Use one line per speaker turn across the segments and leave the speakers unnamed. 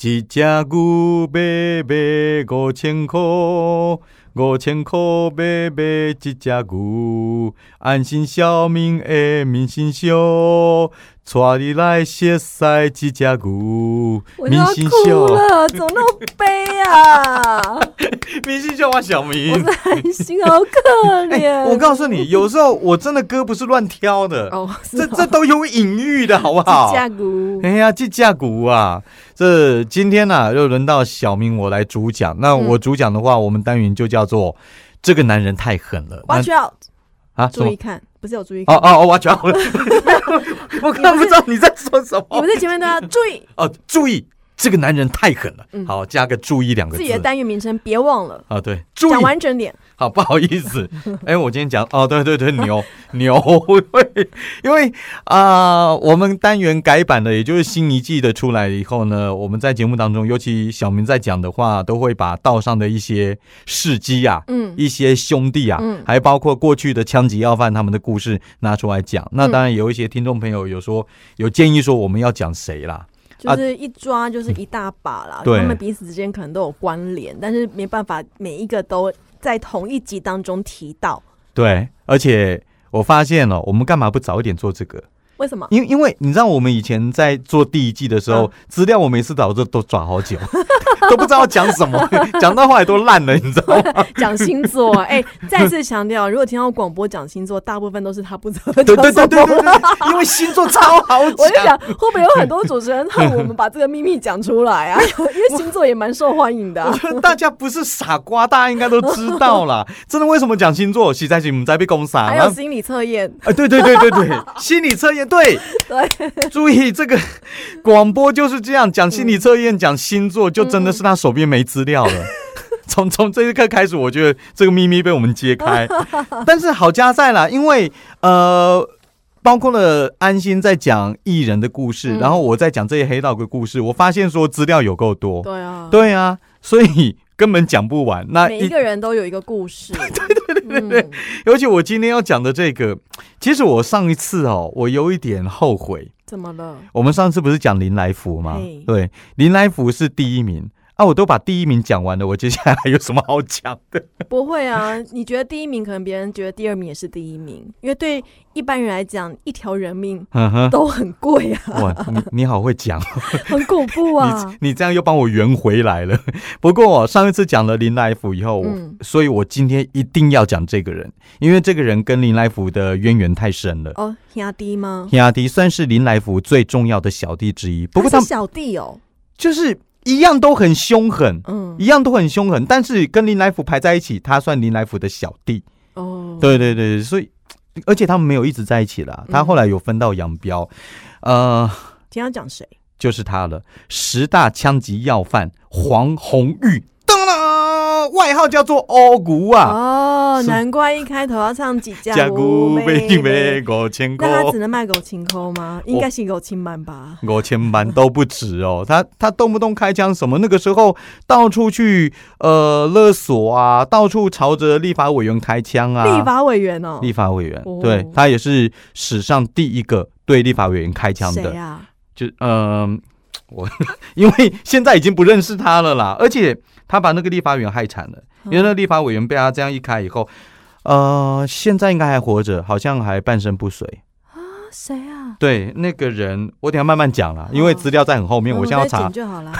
一只牛要卖五千箍，五千箍要卖一只牛。安心小明的明星秀，带你来熟悉一只牛。
我都
明
要
星
哭
秀，
了，怎么那么悲 啊？
明星秀啊，小明
我是韩星，好可
哎、
怜。
我告诉你，有时候我真的歌不是乱挑的，
哦，是
这啊
哦
这都有隐喻的好不 好？
架鼓
哎呀，这架鼓啊，这今天呢、啊、又轮到小明我来主讲。那
嗯
我主讲的话，我们单元就叫做“这个男人太狠了”那。
，Watch out！
啊，什
注
么
意？看，不是有注意
哦
看，
哦哦，我 讲了，我看不知道你在说什
你
么
们。在前面都要注意
哦，注意，这个男人太狠了。
嗯
好，加个“注意”两个
自
字
己。的单元名称，别忘了
啊，对，注
讲
意，
完整点。
好，不好意思，哎，我今天讲哦，对对对， 牛牛，因为啊、我们单元改版的，也就是新一季的出来以后呢，我们在节目当中，尤其小明在讲的话，都会把道上的一些事迹啊，
嗯，
一些兄弟啊，
嗯
还包括过去的枪击要犯他们的故事拿出来
嗯
讲。那当然有一些听众朋友有说有建议说我们要讲谁啦，啊
就是一抓就是一大把啦，
对
他们彼此之间可能都有关联，但是没办法每一个都在同一集当中提到。
对，而且我发现了、我们干嘛不早一点做这个？
为什么？
因因为你知道，我们以前在做第一季的时候
嗯，
资、料我每次找这都抓好久， 都不知道讲什么， 讲到后来都烂了，你知道吗？
讲星座，哎、再次强调，如果听到广播讲星座，大部分都是他不知道
对
叫
对
什
对对
么。
对 对，因为星座超好
我就
讲
想，。会不会有很多主 持人恨我们把这个秘密讲出来啊？ 因为星座也蛮受欢迎的、
我
啊。
觉得大家不是傻瓜，大家应该都知道 啦。真的，为什么讲星座？实在是我们在被攻杀。
还
然
有
后
心理测验，
啊，对对对对对， 心理测验对，
对，
注意这个广播就是这样讲心理测验，讲星座，就真的是他手边没资 料了。从从这一刻开始，我觉得这个秘密被我们揭 开。但是好加在啦，因为呃。包括了安心在讲艺人的故事，
嗯
然后我在讲这些黑道的故事，我发现说资料有够多，
对啊，
对啊，所以根本讲不完。那
每一个人都有一个故事。 嗯对对对对对，
尤其我今天要讲的这个，其实我上一次哦，我有一点后悔，
怎么了？
我们上次不是讲林来福吗
嘿？
对，林来福是第一名啊，我都把第一名讲完了，我接下来还有什么好讲 的？
不会啊，你觉得第一名，可能别人觉得第二名也是第一名，因为对一般人来讲，一条人命
嗯哼，
都很贵 啊，
哇，你你好会 讲，
很恐怖啊。
你你这样又帮我圆回来了。不过、哦上一次讲了林来福以后，
嗯
所以我今天一定要讲这个人，因为这个人跟林来福的渊源太深了。
哦，压低吗？
亚迪算是林来福最重要的小弟之一，不过他
他是
们
小弟哦，
就是一样都很凶狠，
嗯，
一样都很凶狠，但是跟林来福排在一起，他算林来福的小弟。
哦，
对对对，所以而且他们没有一直在一起啦，他
嗯
后来有分道扬镳，呃，
今天要讲谁？
就是他了，十大枪击要犯黄红玉，当当，外号叫做欧古啊，
哦，
是
难怪一开头要唱几架
古
妹
妹
妹。
五千块，
那他只能卖狗清空吗？应该是狗清满吧。
五千万都不止哦，他他动不动开枪什么，那个时候到处去呃勒索啊，到处朝着立法委员开枪啊，
立法委员哦，
立法委员，
哦
对他也是史上第一个对立法委员开枪的
谁。啊？
就嗯、我 因为现在已经不认识他了啦，而且他把那个立法委员害惨了，
嗯
因为那个立法委员被他这样一开以后，呃，现在应该还活着，好像还半身不遂。
啊谁啊？
对，那个人我等一下慢慢讲啦，
哦
因为资料在很后面，我
们
现在要
再剪
查，
就好了，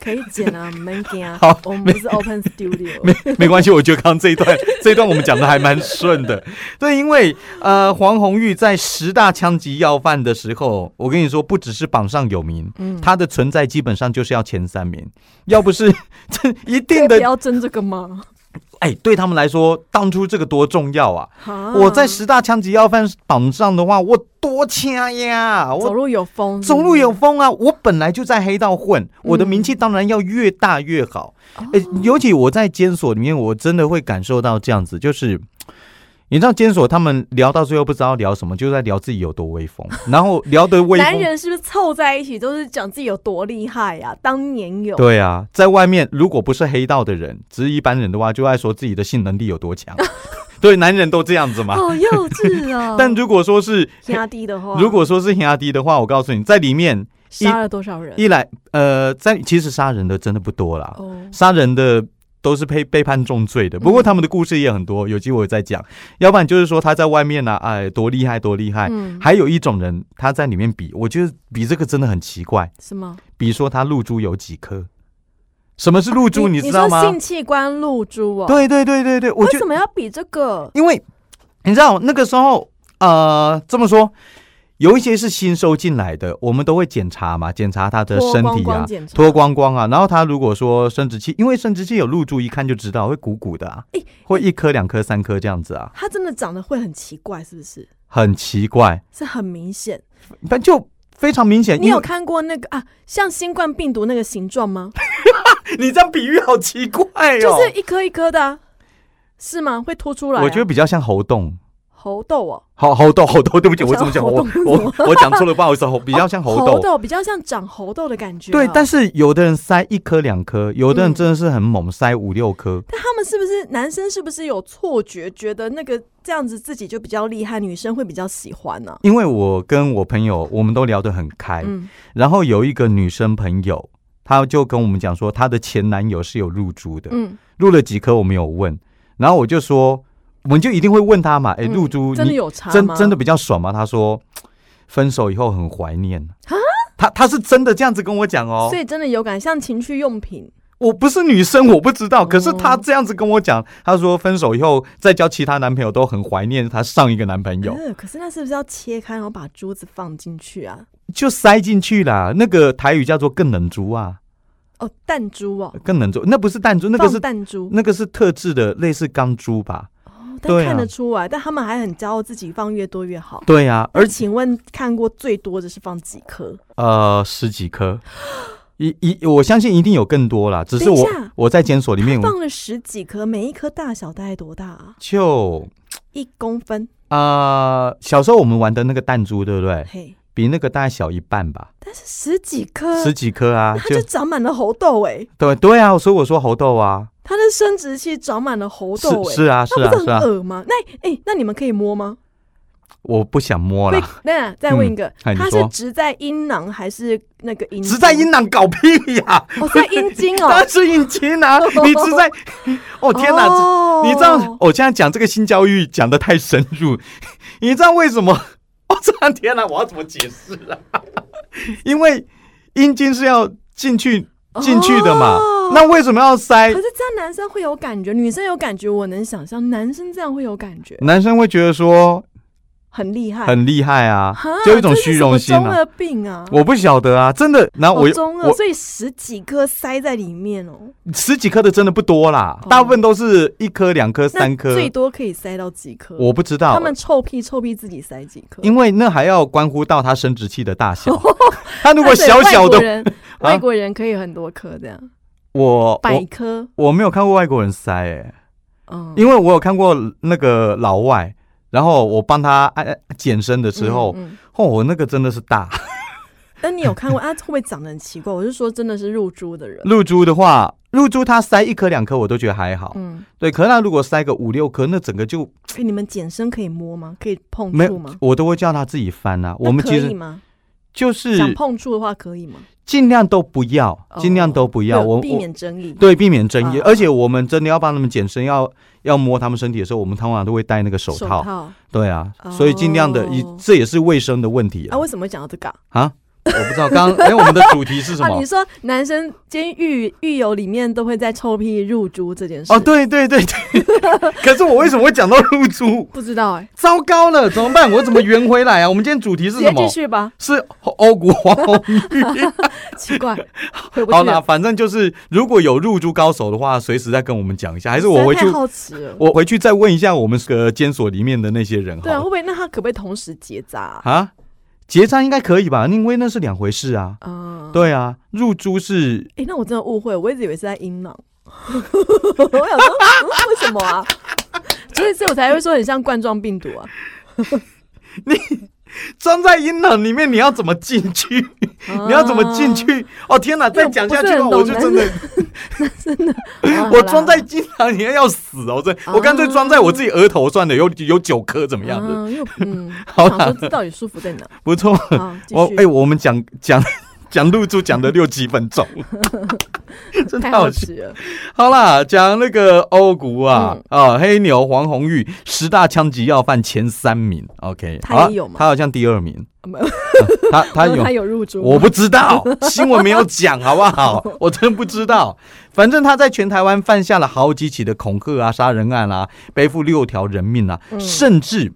可以剪啊，没剪啊。
好
我们不是 Open Studio。
没没关系，我觉得刚刚这一段这一段我们讲的还蛮顺的。对，因为呃，黄红玉在十大枪击要犯的时候，我跟你说，不只是榜上有名，
嗯，
他的存在基本上就是要前三名，要不是 这一定
可以
的
不要争这个吗？
哎，对他们来说，当初这个多重要啊！
啊
我在十大枪击要犯榜上的话，我多掐呀！
走
我
路有风，
走路有风啊！我本来就在黑道混，我的名气当然要越大越好。
嗯哦
哎、尤其我在监所里面，我真的会感受到这样子，就是。你知道监所他们聊到最后不知道聊什么，就在聊自己有多威 风，然后聊得威
男
风。
人是不是凑在一起都是讲自己有多厉害呀、当年有，
对啊，在外面如果不是黑道的人，只是一般人的话，就爱说自己的性能力有多 强。对，男人都这样子嘛。
好幼稚
。
哦
但如果说是
压低的话，
如果说是兄弟的话，我告诉你，在里面
杀了多少人？
一来，呃，在其实杀人的真的不多啦，
哦，
杀人的都是被被判重罪的。不过
嗯
他们的故事也很多，有机会我再讲。要不然就是说他在外面呢、哎，多厉害多厉害。
嗯，
还有一种人，他在里面比，我觉得比这个真的很奇怪。
什么？
比如说他露珠有几颗？什么是露珠？
你
知道
你
吗
说？性器官露珠哦？，
对对对对对，我
为
觉
什
得
么要比这个？
因为你知道那个时候，呃，这么说。有一些是新收进来的，我们都会检查嘛，检查他的
脱
身体啊，
光光检查
脱光光啊，然后他如果说生殖器，因为生殖器有露珠，一看就知道会鼓鼓的啊
诶，
会一颗、两颗、三颗这样子啊，
它真的长得会很奇怪，是不是？
很奇怪，
是很明显。
但就非常明显。
你
哎因
有
为
看过那个啊，像新冠病毒那个形状吗？
你这样比喻好奇怪哦，
就是一颗一颗的、啊，是吗？会凸出来啊、
我觉得比较像猴洞，
猴痘哦，
猴猴豆猴豆，对不起，我
我
怎么讲？
想猴
我
洞是哦
我我讲错了，不好意思，猴比较像猴
豆，
豆。
比较像长猴痘的感觉啊、
对，但是有的人塞一颗两颗，有的人
嗯
真的是很猛，塞五六颗。
但他们是不是男生是不是有错觉，觉得那个这样子自己就比较厉害，女生会比较喜欢呢、
因为我跟我朋友，我们都聊得很开，
嗯，
然后有一个女生朋友，她就跟我们讲说，她的前男友是有露珠的，
嗯，
露了几颗我没有问，然后我就说，我们就一定会问她嘛，哎、
嗯
露珠、
真的
你
有差
真
吗？
真的比较爽吗？她说，分手以后很怀念啊，她她是真的这样子跟我讲哦
所，以真的有感，像情趣用品，
我不是女生，我不知道，
哦
可是她这样子跟我讲，她说分手以后再交其他男朋友都很怀念她上一个男朋友，
嗯，可是那是不是要切开，然后把珠子放进去啊？
就塞进去啦，那个台语叫做更冷珠啊，
哦，弹珠哦，
更冷珠，那不是弹珠，那个
放
是
弹珠，
那个是特制的，类似钢珠吧？
哦但
对啊
看得出来，但他们还很骄傲，自己放越多越好。
对呀、
啊而
而
请问看过最多的是放几颗？
呃十几 颗，一一我相信一定有更多啦，只是
等一
我
下
我在检索里面哎我
放了十几颗，每一颗大小大概多大啊？
就
一公分，
啊、呃小时候我们玩的那个弹珠，对不对？
嘿，
比那个大概小一半吧，
但是十几颗，
十几颗啊
那，它
就
就长满了猴痘哎、欸，
对对啊，所以我说猴豆啊，
它的生殖器长满了猴
是
痘哎、
是啊是
那
啊
不是
是啊
很，恶吗？那哎、那你们可以摸吗？
我不想摸
会
啦，
那再问一个，
哎你
它是
说
植在阴囊还是那个阴？
只在阴，囊搞屁呀、
哦，在阴茎哦
当。然是阴茎 啊，你只在，哦 天哪，
哦
你知道，我现在讲这个性教育讲的太深入， 你知道为什么？ 我这天哪，我要怎么解释啊？ 因为阴茎是要进去进去的嘛，
哦
那为什么要塞
可？是这样男生会有感觉，女生有感觉，我能想象，男生这样会有感觉，
男生会觉得说
很厉害，
很厉害啊
哈，
就有一种虚荣心
这是什么中
啊。
二病啊，
我不晓得啊，真的。然后我
好
又
中二，
我
所以十几颗塞在里面哦，
十几颗的真的不多啦，
哦
大部分都是一颗、两颗、三
那
颗，
最多可以塞到几颗？
我不知道
他。们臭屁臭屁自己塞几颗，
因为那还要关乎到他生殖器的大 小，他如果小小
哦啊外国
的， 啊
人，外国人可以很多颗这样，
我我
百颗，
我没有看过外国人塞、欸，
嗯，
因为我有看过那个老外，然后我帮他按按健身的时候，
嗯嗯嗯
哦，我那个真的是大
但你有看过啊？会不会长得很奇怪？我是说，真的是入珠的人，
露珠的话，露珠它塞一颗两颗我都觉得还好，
嗯，
对，可是它如果塞个五六颗，那整个就
哎、你们减身可以摸吗？可以碰
没
触
有
吗，？
我都会叫他自己翻啊。
那
我们
可
其
以
实
吗？
就
想
是
碰触的话可以吗？
尽量都不要，
哦
尽量都不要，
对
我
避
我
免争议。
对避免争议，
啊
而且我们真的要帮他们健身，要要摸他们身体的时候，我们通常都会戴那个手
手
套，对啊，所以尽量的，以
哦
这也是卫生的问题啊
啊？为什么会讲到这个啊？
啊？我不知道，刚刚哎，我们的主题是什
啊
么
你？说男生监狱狱友里面都会在臭屁入猪这件事？
哦，，对对对对。 可是我为什么会讲到露珠？
不知道哎、
糟糕了，怎么办？我怎么圆回来啊？我们今天主题是
直
什
接继
么？
续 吧。
是欧股黄红玉。
奇怪，回不去
好
了
啦，反正就是如果有入珠高手的话，随时再跟我们讲一下，还是我回
实
去
在太，好奇了。
我回去再问一下我们这个监所里面的那些人
对啊，会
好
不会那他可不可以同时结扎啊？
了啊，结扎应该可以吧？因为那是两回事啊。
嗯，
对啊，入珠是
哎、那我真的误会，我一直以为是在阴囊。 我想说、嗯为什么啊？ 所以，所以我才会说很像冠状病毒啊。
装在阴囊里面，你要怎么进去？ 你要怎么进
啊？
去？哦天哪，再讲下去吧，
我不
我
是
就
很
真
懂
的，
哦好啦
我装在经常你要死哦！这
啊
我干脆装在我自己额头算了，有有九颗怎么样的？
嗯，又嗯，
好
想
啦
说这到底舒服在哪？
不错，哦
啊，继
我
续。
哎，我们讲讲 讲露珠讲了六七分 钟，真的
太
好
好
笑。
奇了。
好啦，讲那个欧股啊
嗯，
啊，黑牛黄红玉十大枪击要犯前三名，OK，
他
好
也有吗啊
他好像第二名啊
没，
他 他
然后
有
他。有入住吗，
我不知 道，新闻没有讲，好不好？我真不知道。反正他在全台湾犯下了好几起的恐吓啊、杀人案啊，背负六条人命啊，
嗯
甚至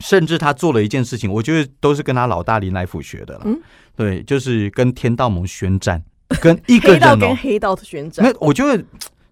甚至他做了一件事情，我觉得都是跟他老大林来福学的了。
嗯
对，就是跟天道盟宣战，跟一个
黑
人
道
哦
跟，黑道的旋转
那，我觉得，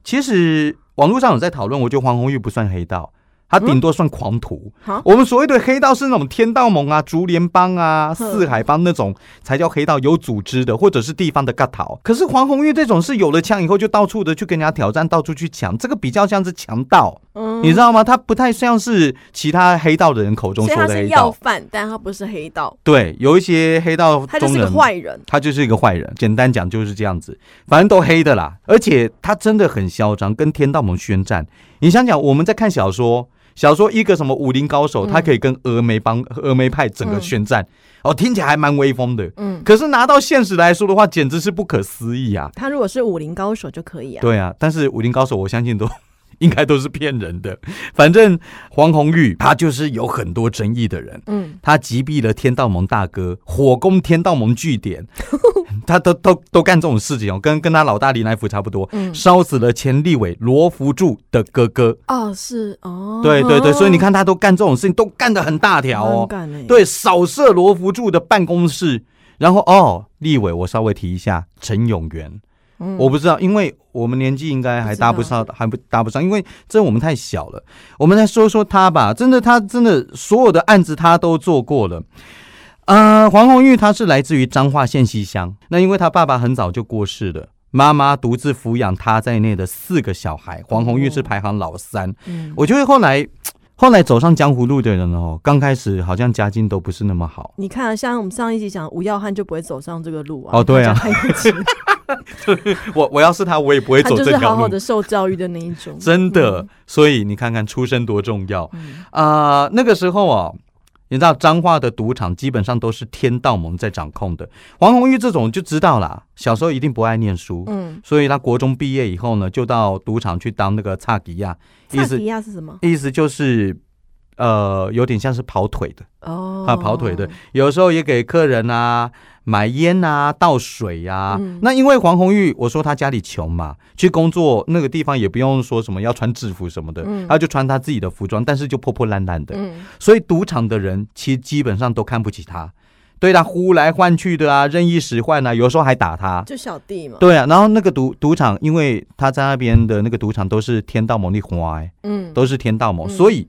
其实网络上有在讨论，我觉得黄红玉不算黑
嗯
道，他顶多算狂徒。
好
我们所谓的黑道是那种天道盟啊、竹联帮啊、
哼
四海帮那种才叫黑道，有组织的，或者是地方的尬逃。可是黄红玉这种是有了枪以后就到处的去跟人家挑战，到处去抢，这个比较像是强盗，
嗯
你知道吗？他不太像是其他黑道的人口中
所以
说
他
的
是
黑
要
道。
饭，但他不是黑道，
对，有一些黑道
他就
中
是个
人。
坏人。
他就是一个坏人，简单讲就是这样子，反正都黑的啦。而且他真的很嚣张，跟天道盟宣战。你想想，我们在看小说，小说一个什么武林高手，
嗯
他可以跟峨眉帮、峨眉派整个宣战，哦，听起来还蛮威风的。
嗯，
可是拿到现实来说的话，简直是不可思议啊！
他如果是武林高手就可以啊。
对啊，但是武林高手，我相信都 应该都是骗人的。反正黄红玉他就是有很多争议的人，
嗯，
他击毙了天道盟大哥，火攻天道盟据 点，他都都都干这种事情哦，跟跟他老大林来福差不多，
嗯
烧死了前立委罗福柱的哥哥，
哦，是哦，
对对对，所以你看他都干这种事情，都干得很大条
很
哦，
敢欸，
对，扫射罗福柱的办公室，然后哦，立委我稍微提一下陈永元，
嗯，
我不知道，因为我们年纪应该还搭不上
不，
还不搭不上，因为这我们太小了。我们来说说他吧，真的，他真的所有的案子他都做过了。呃，黄红玉她是来自于彰化县西乡，那因为她爸爸很早就过世了。妈妈独自抚养她在内的四个小孩，黄红玉是排行老三。
嗯
我觉得后来，后来走上江湖路的人哦，刚开始好像家境都不是那么好，
你看啊，像我们上一集讲吴耀汉就不会走上这个路啊。
哦对啊
他家太有钱
我我要是他，我也不会
他
走
就
这
是
条
好
路
好。的受教育的那一种。
真的，所以你看看出身多重要
嗯
啊、那个时候哦，你知道彰化的赌场基本上都是天道盟在掌控的。黄红玉这种就知道啦，小时候一定不爱念书，
嗯，
所以他国中毕业以后呢，就到赌场去当那个差迪亚，意
萨
思
提亚是什么？
意思就是。呃，有点像是跑腿的，
哦，
啊，跑腿的，有时候也给客人啊买烟啊、倒水啊。
嗯
那因为黄红玉，我说他家里穷嘛，去工作那个地方也不用说什么要穿制服什么的，
嗯
他就穿他自己的服装，但是就破破烂烂的。
嗯，
所以赌场的人其实基本上都看不起他，对他呼来唤去的啊，任意使唤啊，有时候还打他。
就小弟嘛。
对啊，然后那个赌赌场，因为他在那边的那个赌场都是天道盟的花、欸，
嗯，
都是天道盟，
嗯
所以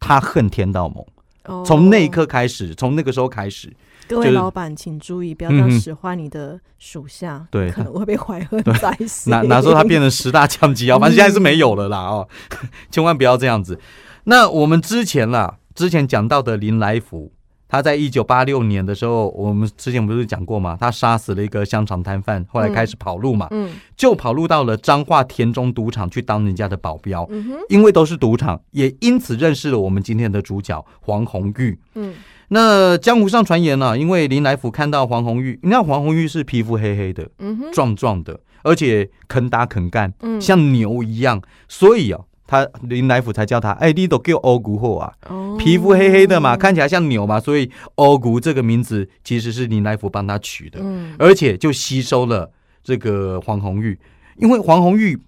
他恨天道盟。
哦
从那一，刻开始，从那个时候开始，
各
就
位
是
老板请注意，不要
嗯
这样
哼
使唤你的属下，
对
可能会被怀恨在心。
哪哪时候他变成十大枪击啊？反正现在是没有了啦哦， 千万不要这样子。那我们之前啦，之前讲到的林来福，他在一九八六年的时候，我们之前不是讲过吗？他杀死了一个香肠摊贩，后来开始跑路嘛，
嗯
就跑路到了彰化田中赌场去当人家的保镖。
嗯哼
因为都是赌场，也因此认识了我们今天的主角黄红玉。
嗯
那江湖上传言呢、因为林来福看到黄红玉，你看黄红玉是皮肤黑黑的、
嗯哼
壮壮的，而且肯打肯干，
嗯
像牛一样，所以啊，他林来福才叫他，哎，你都叫欧古后啊，
哦
皮肤黑黑的嘛，看起来像牛嘛，所以欧古这个名字其实是林来福帮他取的，
嗯
而且就吸收了这个黄红玉，因为黄红玉。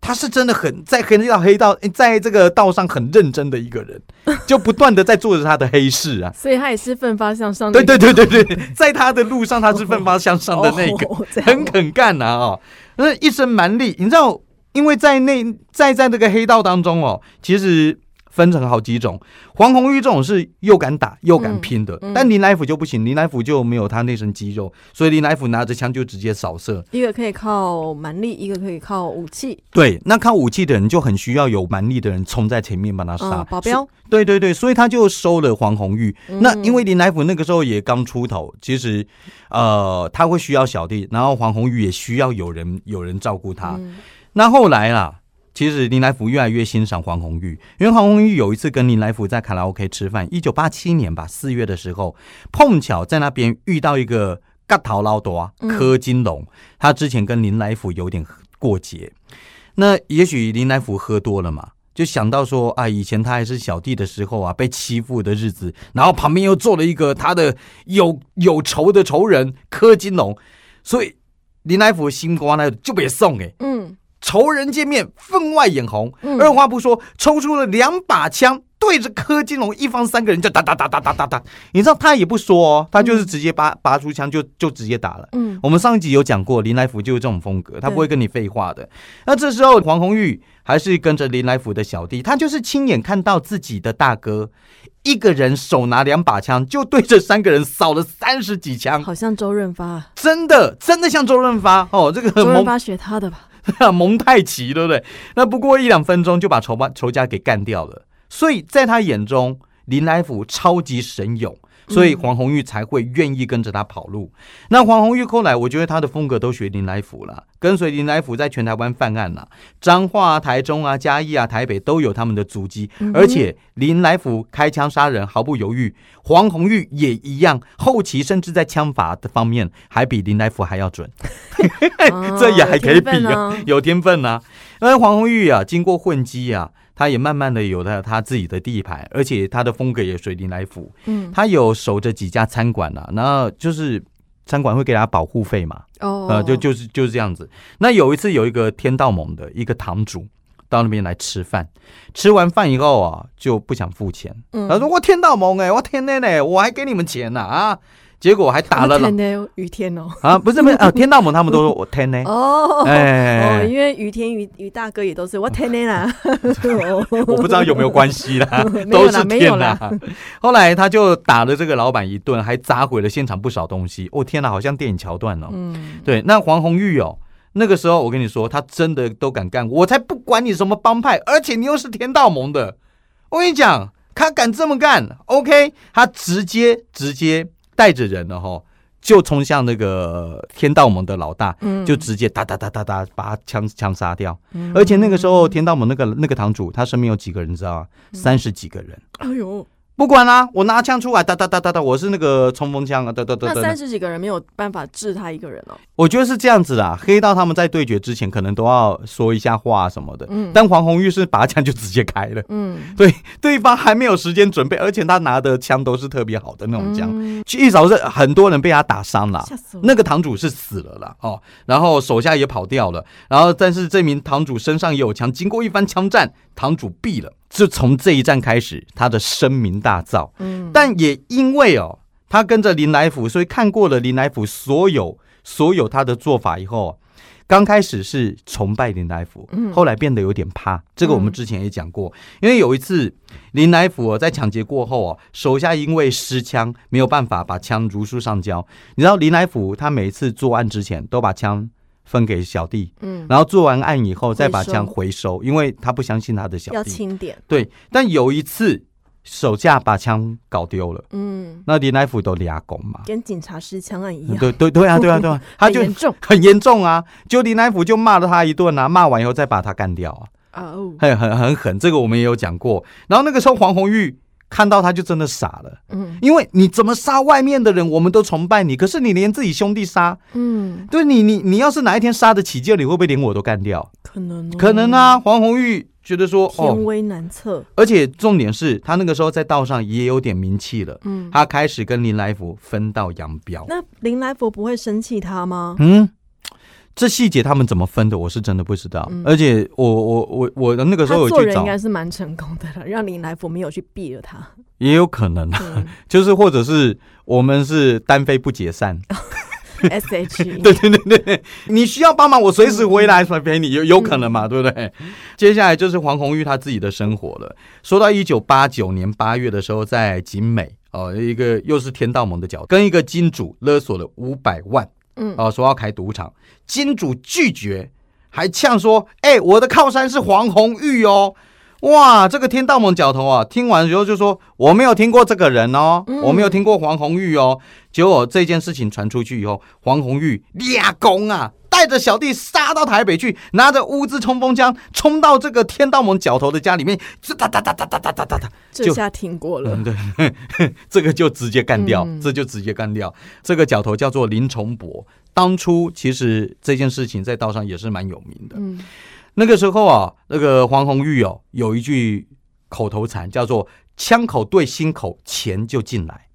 他是真的很在黑道黑道在这个道上很认真的一个 人，就不断的在做着他的黑事啊。
所以他也是奋发向上的哦
对
一
对
个。
对对对，在他的路上他是奋发向上的那个。
哦这样
很肯干呐、哦，那一身蛮力。你知道，因为在那在在这个黑道当中哦，其实分成好几种。黄红玉这种是又敢打又敢拼的，
嗯嗯
但林来福就不行，林来福就没有他那身肌肉，所以林来福拿着枪就直接扫射。
一个可以靠蛮力，一个可以靠武器，
对，那靠武器的人就很需要有蛮力的人冲在前面把他杀。
嗯，保镖，
对对对，所以他就收了黄红玉。
嗯
那因为林来福那个时候也刚出头，其实，呃，他会需要小弟，然后黄红玉也需要有人有人照顾他。
嗯
那后来啦，其实林来福越来越欣赏黄红玉，因为黄红玉有一次跟林来福在卡拉 OK 吃饭，一九八七年吧，四月的时候，碰巧在那边遇到一个嘎桃捞多啊，柯金龙，他之前跟林来福有点过节，那也许林来福喝多了嘛。就想到说啊，以前他还是小弟的时候啊，被欺负的日子，然后旁边又坐了一个他的有有仇的仇人柯金龙，所以林来福心瓜呢就被送给
嗯，
仇人见面分外眼红，
嗯
二话不说抽出了两把枪，对着柯金龙一方三个人就打打打打打打打。你知道他也不说哦，他就是直接拔、拔出枪就就直接打了。
嗯，
我们上一集有讲过，林来福就是这种风格，他
对
不会跟你废话的。那这时候黄宏玉还是跟着林来福的小弟，他就是亲眼看到自己的大哥一个人手拿两把枪，就对着三个人扫了三十几枪，
好像周润 发啊，
真的真的像周润发哦，这个
周润
蒙
发学他的吧？
蒙太奇，对不对？那不过一两分钟就把仇吧仇家给干掉了。所以在他眼中，林来福超级神勇，所以黄红玉才会愿意跟着他跑路。那黄红玉后来，我觉得他的风格都学林来福了，跟随林来福在全台湾犯案了，彰化啊、台中啊、嘉义啊、台北都有他们的足迹。
嗯
而且林来福开枪杀人毫不犹豫，黄红玉也一样，后期甚至在枪法的方面还比林来福还要准。
啊
这也还可以比
天分
啊
啊，
有天分呐、因为黄红玉啊，经过混迹啊，他也慢慢的有了他自己的地盘，而且他的风格也随林来福。
嗯，
他有守着几家餐馆啊，然后就是餐馆会给他保护费嘛，
哦，
呃，就就是就是这样子。那有一次有一个天道盟的一个堂主到那边来吃饭，吃完饭以后啊就不想付钱，
嗯
他说我天道盟哎、我天天呢、我还给你们钱呢啊结果还打了老
天的雨天哦，
啊，不是 不是啊，天道盟他们都说我天呢、
哦。
哎
哦，因为于天于于大哥也都 是我天天啊啦， ，
我不知道有没有关系啦
没有
都
啦
是
没有
天啦。 后来他就打了这个老板一顿，还砸毁了现场不少东西。哦天哪，好像电影桥段哦。
嗯，
对，那黄红玉哦，那个时候我跟你说，他真的都敢干，我才不管你什么帮派，而且你又是天道盟的，我跟你讲，他敢这么干，OK，他直接直接带着人了哈、哦，就冲向那个天道盟的老大，
嗯
就直接哒哒哒哒哒把他枪枪杀掉。
嗯
而且那个时候天道盟那个那个堂主，他身边有几个人你知道吗？
嗯
三十几个人。
哎呦，
不管啦、我拿枪出来，哒哒哒哒哒，我是那个冲锋枪啊，哒哒哒
那
哒
三
哒。
十几个人没有办法治他一个人哦，
我觉得是这样子啦，黑道他们在对决之前，可能都要说一下话什么的。
嗯
但黄红玉是拔枪就直接开了，
嗯，
对，对方还没有时间准备，而且他拿的枪都是特别好的那种枪，
嗯
至少是很多人被他打伤了。
吓死我了，
那个堂主是死了啦，哦，然后手下也跑掉了，然后但是这名堂主身上也有枪，经过一番枪战，堂主毙了。就从这一战开始，他的声名大噪。
嗯，
但也因为哦，他跟着林来福，所以看过了林来福所有所有他的做法以后，哦刚开始是崇拜林来福
嗯，
后来变得有点怕。这个我们之前也讲过，因为有一次林来福、哦、在抢劫过后哦，手下因为失枪没有办法把枪如数上交。你知道林来福他每次作案之前都把枪分给小弟，
嗯，
然后做完案以后再把
回收
枪回收，因为他不相信他的小
要
弟。
清点，
对，但有一次手下把枪搞丢了，
嗯，
那林来福都俩拱嘛。
跟警察失枪案一样，
对对对啊，对啊， 对啊，他
哎很
就
严重
很严重啊！就林来福就骂了他一顿啊，骂完以后再把他干掉啊，
啊哦，
很很很狠，这个我们也有讲过。然后那个时候黄红玉看到他就真的傻了，
嗯
因为你怎么杀外面的人，我们都崇拜你，可是你连自己兄弟杀，
嗯，
对你你你要是哪一天杀得起劲，你会不会连我都干掉？
可能哦
可能，啊，黄红玉觉得说
天
哦，
威难测，
而且重点是他那个时候在道上也有点名气了，
嗯，
他开始跟林来福分道扬镳。
那林来佛不会生气他吗？
嗯，这细节他们怎么分的，我是真的不知道。
嗯
而且我我我我那个时
他
候有
做
去
人应
找，
该是蛮成功的了，让林来佛没有去毙了 他。
也有可能啊，
嗯
就是或者是我们是单飞不解散。
S H E，
对对对对对，你需要帮忙，我随时回来陪你，有有可能嘛，
嗯
对不对？接下来就是黄红玉她自己的生活了。说到一九八九年八月的时候，在景美哦，一个又是天道盟的角，跟一个金主勒索了五百万。
嗯，
哦，说要开赌场，金主拒绝，还呛说：“哎、我的靠山是黄红玉哦。”哇，这个天道盟角头啊，听完之后就说我没有听过这个人哦，
嗯
我没有听过黄红玉哦。结果这件事情传出去以后，黄红玉俩公啊，带着小弟杀到台北去，拿着乌兹冲锋枪冲到这个天道盟角头的家里面，这哒哒哒哒哒哒哒哒哒，
这下听过了
嗯，对，这个就直接干掉，
嗯
这就直接干掉。这个角头叫做林崇博，当初其实这件事情在道上也是蛮有名的。
嗯，
那个时候啊，那个黄红玉哦，有一句口头禅叫做“枪口对心口，钱就进来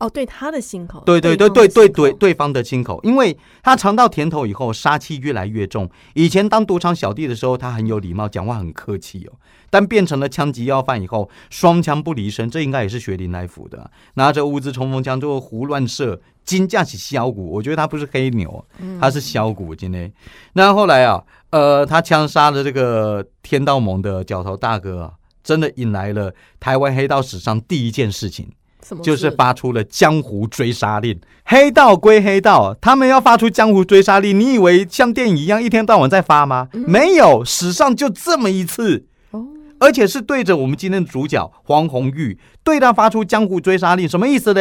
哦，对他的心口”。，
对对对
方的
对对
心口
对，，对方的心口，因为他尝到甜头以后，杀气越来越重。以前当赌场小弟的时候，他很有礼貌，讲话很客气哦。但变成了枪击要犯以后，双枪不离身，这应该也是学林来福的啊，拿着乌兹冲锋枪就胡乱射，金架起削骨。我觉得他不是黑牛啊，
嗯
他是削骨今天。那后来啊，呃，他枪杀了这个天道盟的角头大哥啊，真的引来了台湾黑道史上第一件事情，
什么
就是发出了江湖追杀令。黑道归黑道，他们要发出江湖追杀令，你以为像电影一样一天到晚在发吗？没有，史上就这么一次。
哦，
而且是对着我们今天的主角黄红玉，对他发出江湖追杀令，什么意思呢？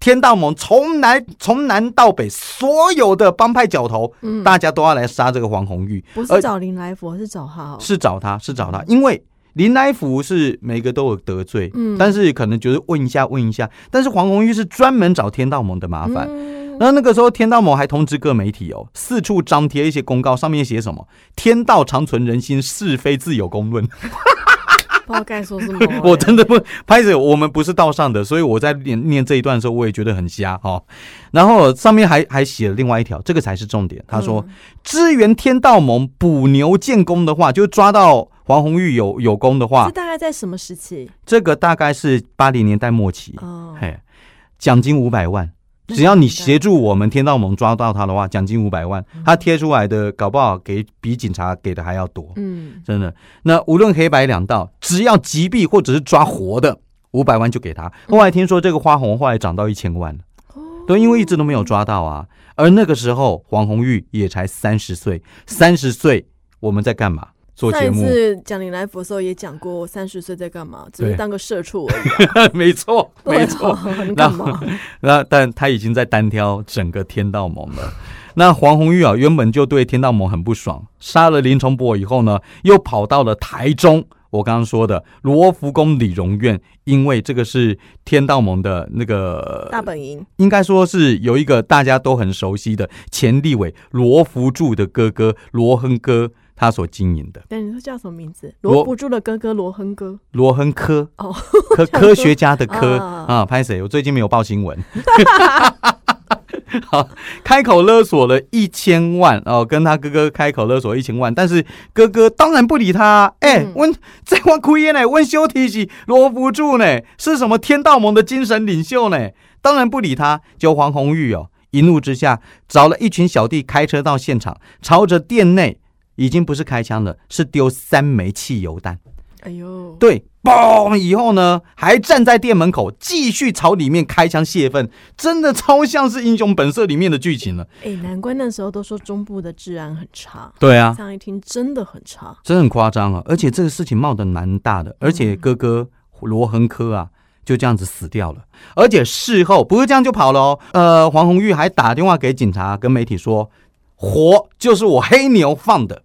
天道盟从南从南到北，所有的帮派角头，
嗯
大家都要来杀这个黄红玉，
不
而
是找林来佛，是找他哦，
是找他，是找他，因为。林来福是每个都有得罪，
嗯
但是可能就是问一下问一下，但是黄红玉是专门找天道盟的麻烦，
嗯
然后那个时候，天道盟还通知各媒体哦，四处张贴一些公告，上面写什么“天道长存人心，是非自有公论”，
哦不知道该说什么欸。
我真的不拍着，我们不是道上的，所以我在念念这一段的时候，我也觉得很瞎哈、哦。然后上面还还写了另外一条，这个才是重点。他
嗯
说，支援天道盟捕牛建功的话，就抓到黄红玉有有功的话
是，大概在什么时期？
这个大概是八零年代末期，
哦，
嘿，奖金五百万。只要你协助我们天道盟抓到他的
嗯
话，奖金五百万，他贴出来的搞不好给比警察给的还要多。
嗯，
真的。那无论黑白两道，只要击毙或者是抓活的，五百万就给他。后来听说这个花红后来涨到一千万了，对，因为一直都没有抓到啊。而那个时候黄红玉也才三十岁，三十岁我们在干嘛？做
上
节
一
目，
次讲林来佛的时候也讲过，我三十岁在干嘛，只
对
是当个社畜而已。
没错，
对
没
啊
错。，
能干嘛？
那但他已经在单挑整个天道盟了。那黄红玉啊，原本就对天道盟很不爽，杀了林崇博以后呢，又跑到了台中。我刚刚说的罗浮宫李荣院，因为这个是天道盟的那个
大本营，
应该说是有一个大家都很熟悉的前立委罗福柱的哥哥罗亨哥，他所经营的
但你说叫什么名字？
罗
罗不住的哥哥罗亨哥，
罗亨科
哦，
科科学家的科
啊
啊，拍谁？我最近没有报新闻。 好，开口勒索了一千万哦，跟他哥哥开口勒索一千万，但是哥哥当然不理他、哎、
嗯
问这我亏耶呢，问修提起罗不住呢，是什么天道盟的精神领袖呢？当然不理他，就黄红玉哦，一怒之下找了一群小弟开车到现场，朝着店内已经不是开枪了，是丢三枚汽油弹。
哎呦，
对，嘣以后呢，还站在店门口继续朝里面开枪泄愤，真的超像是《英雄本色》里面的剧情了。
哎，难怪那时候都说中部的治安很差，
对啊，
这样一听真的很差。
真的很夸张啊！而且这个事情闹得蛮大的，而且哥哥罗恒科啊。就这样子死掉了，而且事后不是这样就跑了哦。呃，黄红玉还打电话给警察跟媒体说，火就是我黑牛放的，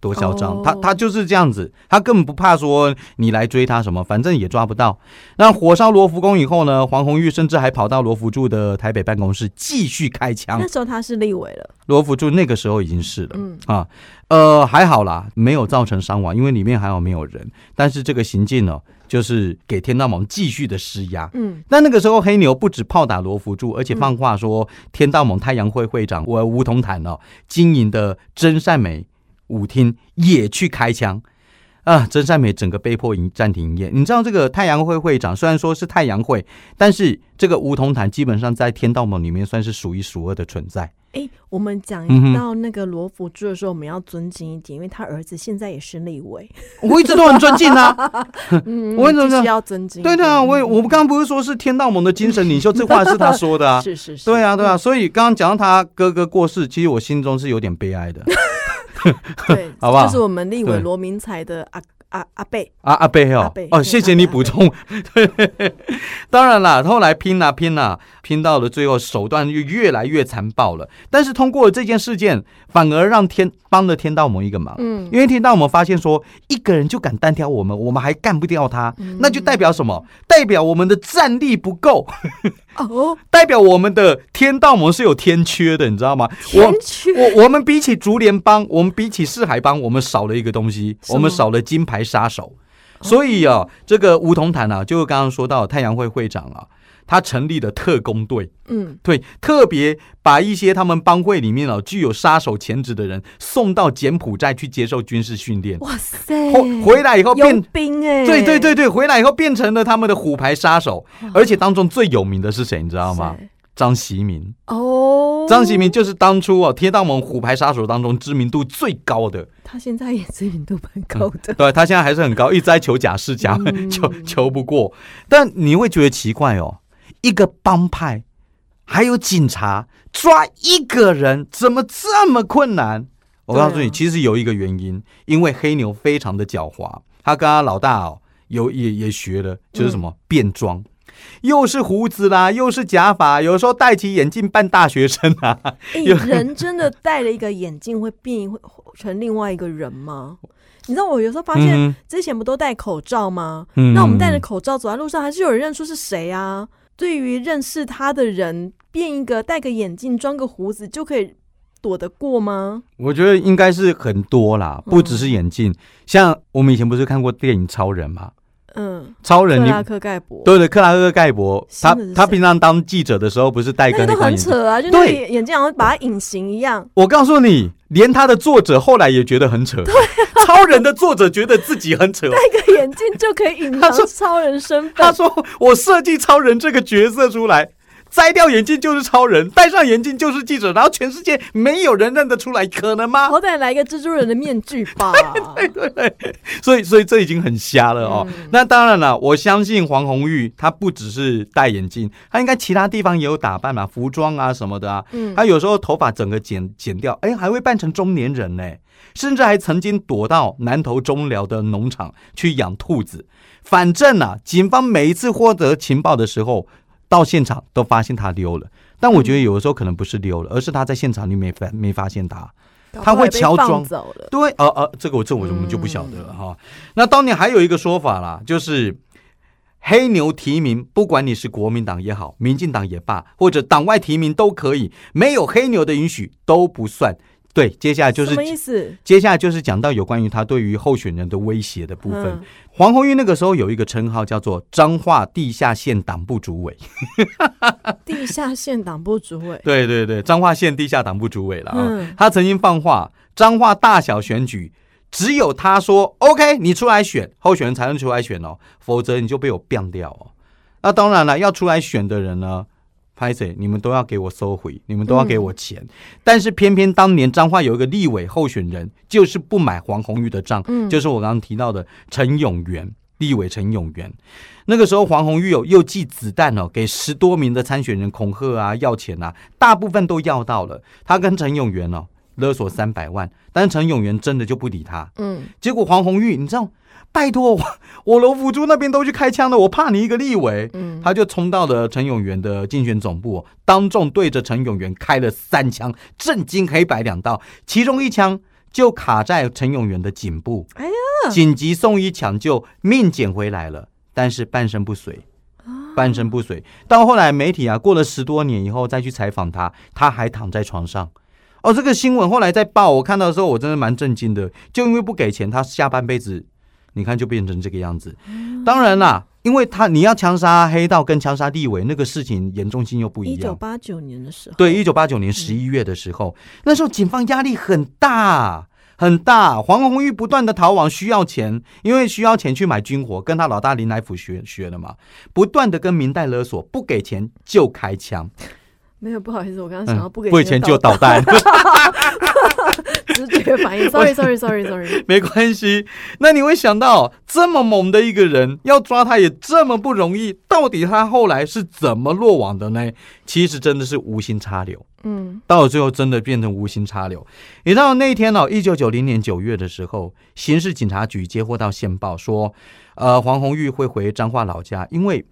多嚣张！
哦
他他就是这样子，他根本不怕说你来追他什么，反正也抓不到。那火烧罗浮宫以后呢，黄红玉甚至还跑到罗福柱的台北办公室继续开枪
那。时候他是立委了，
罗福柱那个时候已经是了，
嗯
啊，呃，还好啦，没有造成伤亡，因为里面还好没有人。但是这个行径呢、就是给天道盟继续的施压。
嗯，
那那个时候，黑牛不止炮打罗福柱，而且放话说，天道盟太阳会会长我吴桐坦哦经营的真善美舞厅也去开枪。啊，真善美整个被迫营暂停营业。你知道这个太阳会会长虽然说是太阳会，但是这个吴桐坦基本上在天道盟里面算是数一数二的存在。
哎，我们讲
嗯哼
到那个罗福柱的时候，我们要尊敬一点，因为他儿子现在也是立委，
我一直都很尊敬啊，
嗯，
我也觉得
必须要尊敬一
对
点。
的啊，我也
嗯
我刚刚不是说是天道盟的精神领袖，这话是他说的 啊。
是是是，
对啊，对啊，所以刚刚讲到他哥哥过世，其实我 心中是有点悲哀的。
对，
好不好
就是我们立委
对
罗明才的阿阿阿贝，
啊，阿贝
阿
哦
贝，
哦，谢谢你补充。 当然啦，后来拼啊拼啊，拼到了最后手段就越来越残暴了。但是通过这件事件，反而让天帮了天道盟一个忙。
嗯，
因为天道盟发现说，一个人就敢单挑我们，我们还干不掉他，
嗯
那就代表什么？代表我们的战力不够，
哦，
代表我们的天道盟是有天缺的，你知道吗？我
天缺
我我们比起竹联帮，我们比起四海帮，我们少了一个东西，
什么哦
我们少了金牌杀手。所以啊，这个梧桐坛啊，就刚刚说到太阳会会长啊，他成立的特工队，
嗯，
对，特别把一些他们帮会里面啊具有杀手潜质的人送到柬埔寨去接受军事训练，
哇塞，
回回来以后
佣
变。
兵哦哎，
对对对对，回来以后变成了他们的虎牌杀手，
哦
而且当中最有名的是谁，你知道吗？
谁？
张习民。
哦，
张喜明就是当初哦，天道盟虎牌杀手当中知名度最高的，
他现在也知名度蛮高的，
对他现在还是很高，一直在求假是假，
嗯
求求不过。但你会觉得奇怪哦，一个帮派还有警察抓一个人，怎么这么困难？我告诉
对
你，
啊
其实有一个原因，因为黑牛非常的狡猾，他跟他老大哦，有也也学了，就是什
嗯
么、变装。又是胡子啦，又是假发，有时候戴起眼镜扮大学生啊，
哎、
有
人真的戴了一个眼镜会变会成另外一个人吗？你知道我有时候发现，
嗯
之前不都戴口罩吗？
嗯
那我们戴着口罩走在路上，还是有人认出是谁啊？对于认识他的人，变一个戴个眼镜、装个胡子就可以躲得过吗？
我觉得应该是很多啦，
嗯
不只是眼镜。像我们以前不是看过电影《超人》吗？
嗯，
超
克
人你
拉克盖博，
对对，克拉克盖博，
新
他
的是谁
他平常当记者的时候不是戴一
那个
个
都
黑框
很
眼镜？
扯啊，就那个
对
眼镜好像把它隐形一样。
我告诉你，连他的作者后来也觉得很扯。
啊
超人的作者觉得自己很扯，
戴个眼镜就可以隐藏
他说
超人身
他
份，
说：“我设计超人这个角色出来。”摘掉眼镜就是超人，戴上眼镜就是记者，然后全世界没有人认得出来，可能吗？
好歹来个蜘蛛人的面具 吧。
所以，所以这已经很瞎了哦。
嗯
那当然了，我相信黄红玉她不只是戴眼镜，她应该其他地方也有打扮嘛，服装啊什么的啊。
嗯
她有时候头发整个剪剪掉，哎，还会扮成中年人呢，甚至还曾经躲到南投中寮的农场去养兔子。反正啊，警方每一次获得情报的时候，到现场都发现他溜了。但我觉
嗯
得有的时候可能不是溜了，而是他在现场你没发没发现他。他会乔装
搞不好被放走了。
对，呃呃，这个我这我我们就不晓得
嗯
了哈、那当年还有一个说法啦，就是黑牛提名，不管你是国民党也好，民进党也罢，或者党外提名都可以，没有黑牛的允许都不算。对，接下来哎就
什
是
么意思？
接下来就是讲到有关于他对于候选人的威胁的部分。
嗯
黄鸿玉那个时候有一个称号叫做彰化地下县党部主委，
地下县党部主委，
对对对，彰化县地下党部主委了啊、
嗯
他曾经放话，彰化大小选举只有他说 OK，你出来选，候选人才能出来选哦，否则你就被我变掉哦。那当然了，要出来选的人呢，拍谁你们都要给我收回，你们都要给我钱。
嗯
但是偏偏当年彰化有一个立委候选人，就是不买黄鸿玉的账，
嗯
就是我刚刚提到的陈永元。立委陈永元，那个时候黄鸿玉有又寄子弹哦，给十多名的参选人恐吓啊，要钱啊，大部分都要到了。他跟陈永元哦勒索三百万，但是陈永元真的就不理他。
嗯，
结果黄鸿玉，你知道，拜托我，我罗福珠那边都去开枪了，我怕你一个立委。
嗯
他就冲到了陈永元的竞选总部哦，当众对着陈永元开了三枪，震惊黑白两道，其中一枪就卡在陈永元的颈部，
哎
呀，紧急送医抢救，命捡回来了，但是半身不遂。
啊
半身不遂，到后来媒体啊，过了十多年以后再去采访他，他还躺在床上。哦，这个新闻后来在报，我看到的时候我真的蛮震惊的，就因为不给钱，他下半辈子你看就变成这个样子。
嗯
当然啦，因为他你要枪杀黑道跟枪杀立委那个事情严重性又不一
嗯一九
样。
八九年的时候，
对，一九八九年十一月的时候，那时候警方压力很大。很大，黄红玉不断的逃亡，需要钱，因为需要钱去买军火，跟他老大林来福学学的嘛，不断的跟明代勒索，不给钱就开枪，嗯
没有不好意思，我刚刚想到不给
不给钱就
倒，
捣蛋，
直觉觉反应。Sorry，Sorry，Sorry，Sorry。
没关系。那你会想到，这么猛的一个人，要抓他也这么不容易，到底他后来是怎么落网的呢？其实真的是无心插柳，
嗯
到了最后真的变成无心插柳。你知道那一天哦，一九九零年九月的时候，刑事警察局接获到线报说，呃，黄红玉会回彰化老家，因为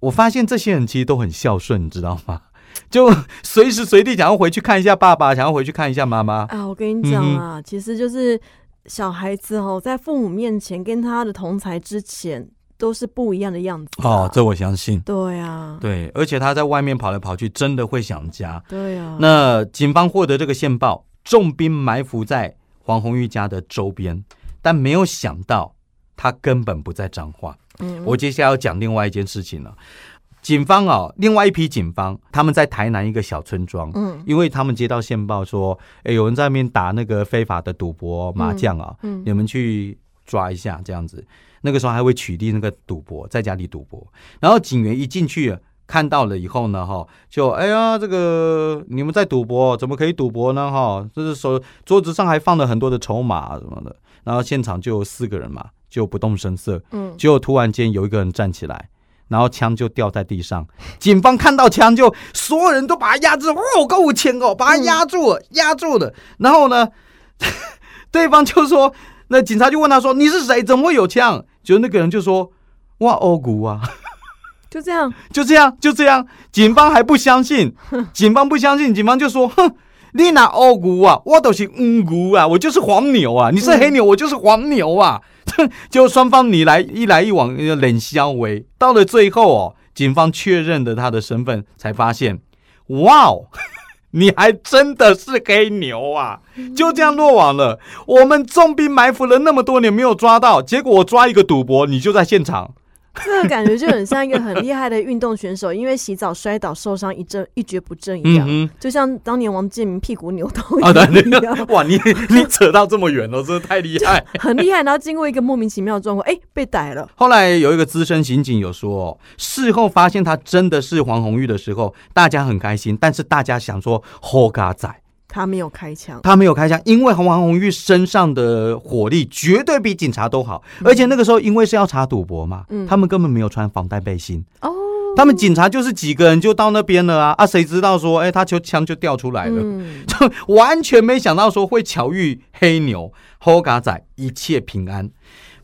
我发现这些人其实都很孝顺，你知道吗？ 就随时随地想要回去看一下爸爸，想要回去看一下妈妈。
啊，我跟你讲
嗯
啊，其实就是小孩子哦，在父母面前跟他的同才之前都是不一样的样子啊。
哦，这我相信。
对啊，
对，而且他在外面跑来跑去，真的会想家。
对啊。
那警方获得这个线报，重兵埋伏在黄红玉家的周边，但没有想到他根本不在彰化。
嗯
我接下来要讲另外一件事情了。警方啊、另外一批警方，他们在台南一个小村庄，
嗯
因为他们接到线报说，哎，有人在那边打那个非法的赌博麻将啊，
嗯
你们去抓一下这样子。那个时候还会取缔那个赌博，在家里赌博。然后警员一进去看到了以后呢，哈，就哎呀，这个你们在赌博，怎么可以赌博呢？哈，就是手桌子上还放了很多的筹码什么的。然后现场就有四个人嘛，就不动声色。
嗯，
结果突然间有一个人站起来，然后枪就掉在地上。 警方看到枪就，所有人都把他压制，哦，够钱哦，把他压住了，压住了。然后呢， 对方就说，那警察就问他说：“你是谁？怎么会有枪？”就那个人就说：“哇，欧古啊。”
就这样。
就这样，就这样，警方还不相 信，警方不相信，警方就说：“哼，你拿欧牛啊，我都是乌牛啊，我就是黄牛啊，你是黑牛，我就是黄牛啊。” 就双方你来一来一往，呃冷相为。到了最后哦，警方确认了他的身份，才发现，哇哦， 你还真的是黑牛啊！就这样落网了。我们重兵埋伏了那么多年没有抓到，结果我抓一个赌博，你就在现场。
这个感觉就很像一个很厉害的运动选手，因为洗澡摔倒受伤一阵一蹶不振一样，
嗯哼
就像当年王建民屁股扭到一
啊，对
样，
对，哇，你 你扯到这么远了，真的太厉害。
很厉害。然后经过一个莫名其妙的状况，哎，被逮了。
后来有一个资深刑警有说，哦事后发现他真的是黄红玉的时候，大家很开心，但是大家想说后嘎仔
他没有 开枪，
他没有开枪，因为黄红玉身上的火力绝对比警察都好，而且那个时候因为是要查赌博嘛，
嗯
他们根本没有穿防弹背心，
哦，
他们警察就是几个人就到那边了啊，啊，谁知道说，哎，他就枪就掉出来了。
嗯，
就完全没想到说会巧遇黑牛吼嘎仔，一切平安。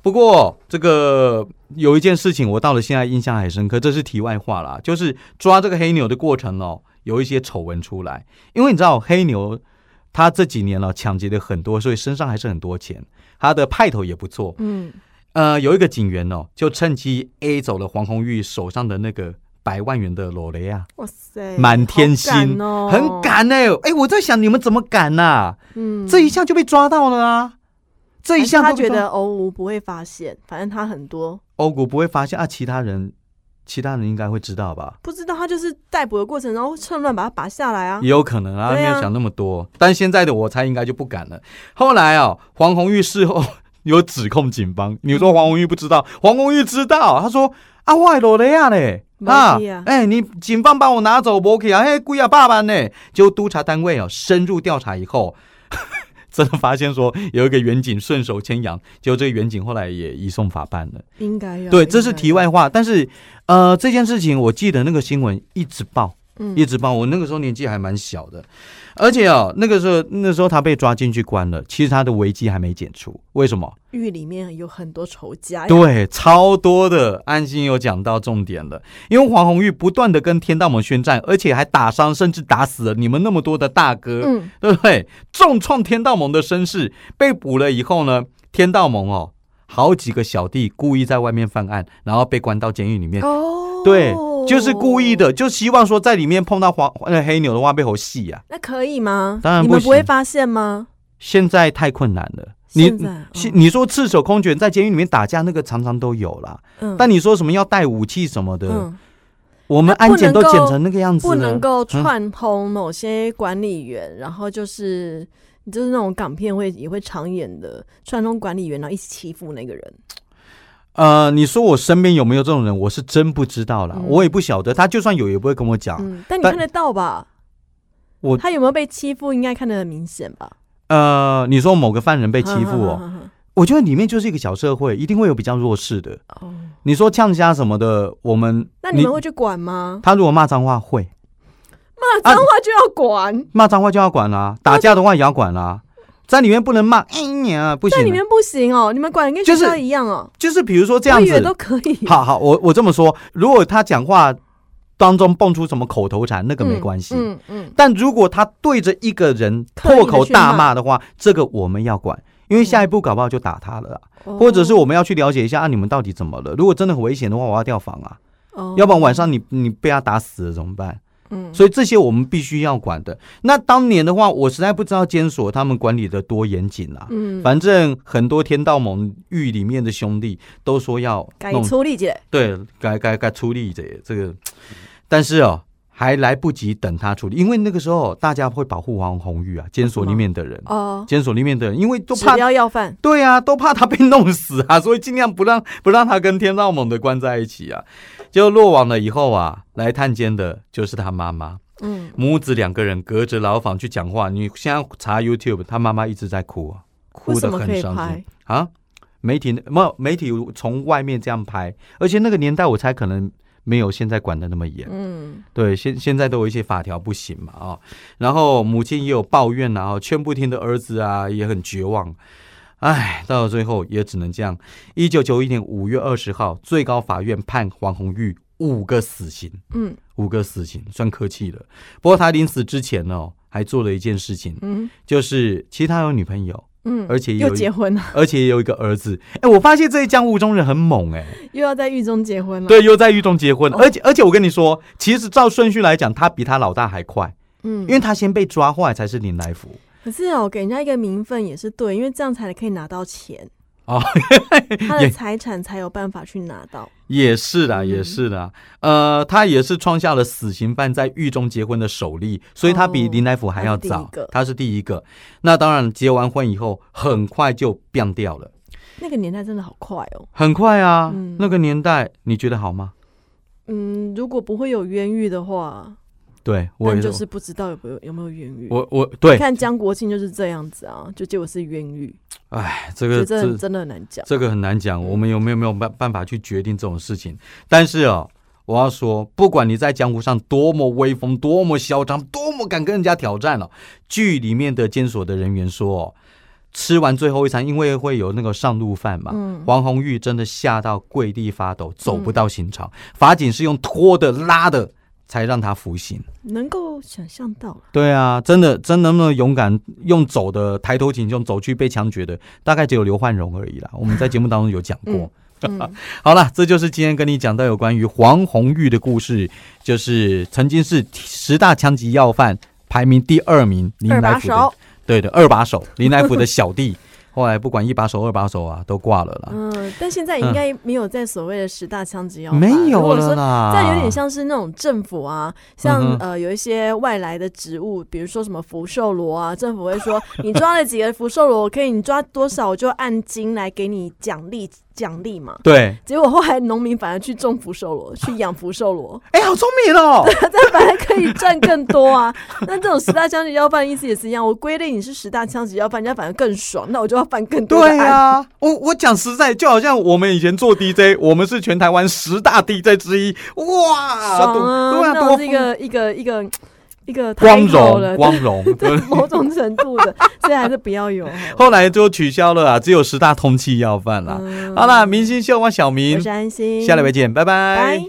不过这个有一件事情，我到了现在印象还深刻，这是题外话啦，就是抓这个黑牛的过程哦，有一些丑闻出来，因为你知道黑牛。他这几年了、哦抢劫的很多，所以身上还是很多钱，他的派头也不错。
嗯，
呃，有一个警员哦，就趁机 A 走了黄红玉手上的那个百万元的裸雷啊，
哇 塞，
满天星
哎好敢哦，
很，敢呢、哎、我在想你们怎么敢呐、啊
嗯
这一下就被抓到了啊！这一下
还是
都被
他觉
抓
得欧吴不会发现，反正他很多
欧股不会发现啊，其他人其他人应该会知道吧？
不知道，他就是逮捕的过程，然后趁乱把他拔下来啊
也，有可能啊，
对
没
啊
有想那么多。但现在的我猜应该就不敢了。后来哦，黄红玉事后 有指控警方，你说黄红玉不知道，黄红玉知道，他说啊，我罗雷亚嘞。
没
啊
去啊，
哎、你警方把我拿走，不去啊，嘿，贵啊，爸爸呢？就督察单位哦，深入调查以后， 真的发现说有一个远警顺手牵羊，结果这个远警后来也移送法办了。
应该要，
对，这是
应该要
题，外话。但是，呃，这件事情我记得那个新闻一直报，
嗯
一直报。我那个时候年纪还蛮小的，而且哦，那个时候那时候他被抓进去关了，其实他的危机还没解除。为什么？
狱里面有很多仇家，
对，超多的。安心有讲到重点了，因为黄红玉不断的跟天道盟宣战，而且还打伤甚至打死了你们那么多的大哥。
嗯，
对不对？重创天道盟的身世，被捕了以后呢，天道盟哦，好几个小弟故意在外面犯案，然后被关到监狱里面。
哦，
对，就是故意。的，就希望说在里面碰到黄呃黑牛的话被猴戏啊。
那可以吗？
当然
你
不
们
行
不会发现吗？
现在太困难了。你
现在嗯
其你说赤手空拳在监狱里面打架，那个常常都有啦。
嗯，
但你说什么要带武器什么的，
嗯，
我们安检都检成那个样子
不能
了。
够串通某些管理员，然后就是就是那种港片会也会常演的串通管理员，然后一起欺负那个人。
呃，你说我身边有没有这种人？我是真不知道啦，
嗯
我也不晓得。他就算有，也不会跟我讲。
嗯，但你
啊但
看得到吧？
我
他有没有被欺负，应该看得很明显吧？
呃，你说某个犯人被欺负哦，
哦，
我觉得里面就是一个小社会，一定会有比较弱势的。
哦，
你说呛虾什么的，我们
那你们会去管吗？
他如果骂脏话会
骂脏话就要管，
骂脏话就要管啦、打架的话也要管啦、在里面不能骂哎呀不
在里
行
面，不行哦，你们管得跟学
就是
校一样哦，
就是比如说这
我
样
以为
子
都，可以。
好好，我我这么说，如果他讲话当中蹦出什么口头禅，那个
嗯，
没关系。
嗯嗯，
但如果他对着一个人
刻意
破
地
口
去
大
骂
骂的话，这个我们要管，因为
嗯
下一步搞不好就打他了啊、
哦
或者是我们要去了解一下啊，你们到底怎么了？如果真的很危险的话，我要调防啊，
哦
要不然晚上你你被他打死了怎么办？
嗯，
所以这些我们必须要管的。那当年的话，我实在不知道监所他们管理的多严谨啊。
嗯，
反正很多天道盟狱里面的兄弟都说要
改
弄
处理解，
对，该该该出力这这个，但是哦，还来不及等他处理，因为那个时候大家会保护黄红玉啊，监所里面的人，
哦，
监所里面的人，因为都
指
怕，
标要犯，
对啊，都怕他被弄死啊， 所以尽量不让不让他跟天道盟的关在一起啊。结果落网了以后啊，来探监的就是他妈妈，
嗯，
母子两个人隔着牢房去讲话。你现在查 YouTube，他妈妈一直在哭啊，哭
为什
得
么可
很
以
伤心
拍？
啊，媒体没有媒体从外面这样拍，而且那个年代我猜可能没有现在管的那么严，
嗯，
对，现现在都有一些法条不行嘛啊、然后母亲也有抱怨啊然后劝不听的儿子啊也很绝望。唉，到了最后也只能这样。一九九一年五月二十号，最高法院判黄红玉五个死刑，
嗯
五个死刑算客气了。不过他临死之前哦，还做了一件事情，
嗯
就是其实他有女朋友，
嗯，
而且也有
又
一
结婚了，
而且也有一个儿子。哎、我发现这一江湖中人很猛哎、
又要在狱中结婚了，
对，又在狱中结婚，
哦
而且而且我跟你说，其实照顺序来讲，他比他老大还快，
嗯
因，为他先被抓，后来才是林来福。
可是哦，给人家一个名分也是对，因为这样才可以拿到钱
哦，
他
也
的财产才有办法去拿到。
也是啦，
嗯
也是啦，呃，他也是创下了死刑犯在狱中结婚的首例，所以他比
哦
林来福还要早，
他
哦他是第一个。那当然，结完婚以后，很快就变掉了，
那个年代真的好快哦，
很快啊，
嗯
那个年代你觉得好吗？
嗯，如果不会有冤狱的话，
对我
但
也
就是不知道有没有有没有冤狱。
我我对
你，看江国庆就是这样子啊，就结果是冤狱，
哎，这
觉
个
得
这
真的很难讲。
这个很难讲，
嗯
我们有没有没有办办法去决定这种事情？但是哦，我要说，不管你在江湖上多么威风、多么嚣张、多么敢跟人家挑战了、哦剧里面的监所的人员说、哦，吃完最后一餐，因为会有那个上路饭嘛。
嗯，
黄红玉真的吓到跪地发抖，走不到刑场。法警是用拖的、拉的，才让他服刑。
能够想象到，
对啊，真的，真的那么勇敢，用走的抬头挺胸走去被枪决的，大概只有刘焕荣而已啦。我们在节目当中有讲过。
嗯嗯
好了，这就是今天跟你讲到有关于黄红玉的故事，就是曾经是十大枪击要犯排名第二名林
二
来啊
把
福的
手，，
对的二把手林来福的小弟， 后来不管一把手二把手啊都挂了啦，
嗯，但现在应该没有在所谓的十大枪击要犯
没
如
有
果说
了啦，
这有点像是那种政府啊，像、
嗯哼
呃有一些外来的植物，比如说什么福寿螺啊，政府会说你抓了几个福寿螺，可以你抓多少我就按斤来给你奖励奖励嘛。
对，
结果后来农民反而去种福寿螺，去养福寿螺，
哎，好聪明哦，
这反而可以赚更多啊。 那这种十大枪击要犯意思也是一样，我归类你是十大枪击要犯，人家反而更爽，那我就要犯更多的
对
案。
啊，我我讲实在，就好像我们以前做 DJ，我们是全台湾十大 DJ 之一，哇，
爽
多
啊！
对啊，
那
多
种是一个一个一个一个
光
title 了
荣光 荣，对。
某种程度的，所以还是不 要有。
后来就取消了啊，只有十大通缉要犯啦。
嗯
好啦，明星秀我小
我
明
是，安心，
下礼拜见，拜
拜。